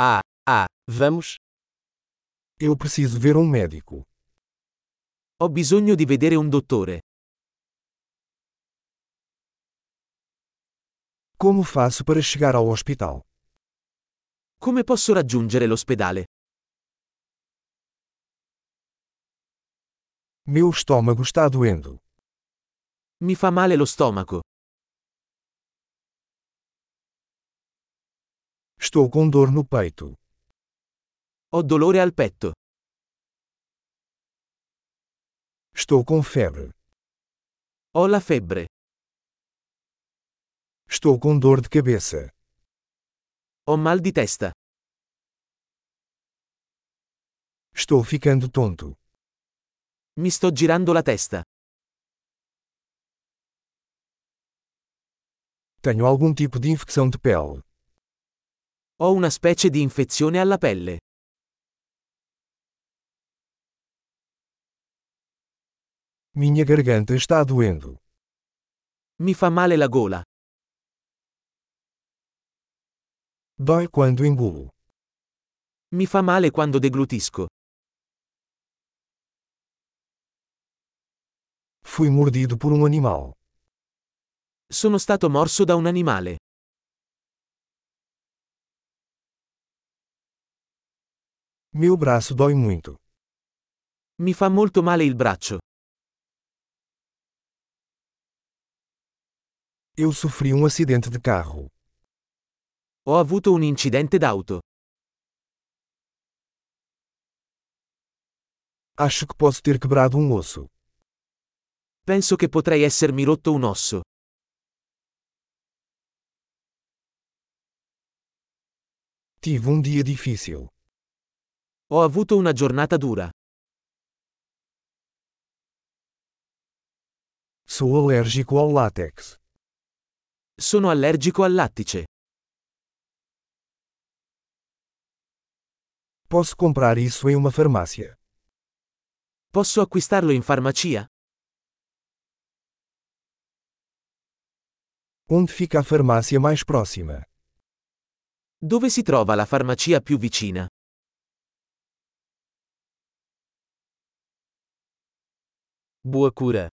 Ah, ah, vamos? Eu preciso ver um médico. Ho bisogno di vedere un dottore. Como faço para chegar ao hospital? Come posso raggiungere l'ospedale? Meu estômago está doendo. Mi fa male lo stomaco. Estou com dor no peito. Ho dolore al petto. Estou com febre. Ho la febbre. Estou com dor de cabeça. Ho mal di testa. Estou ficando tonto. Mi sto girando la testa. Tenho algum tipo de infecção de pele. Ho una specie di infezione alla pelle. Minha garganta está doendo. Mi fa male la gola. Dói quando engulo. Mi fa male quando deglutisco. Fui mordido por um animal. Sono stato morso da un animale. Meu braço dói muito. Mi fa molto male il braccio. Eu sofri um acidente de carro. Ho avuto un incidente d'auto. Acho que posso ter quebrado um osso. Penso che potrei essermi rotto un osso. Tive um dia difícil. Ho avuto una giornata dura. Sou alérgico ao látex. Sono allergico al lattice. Posso comprar isso em uma farmácia. Posso acquistarlo in farmacia? Onde fica a farmácia mais próxima? Dove si trova la farmacia più vicina? Boa cura.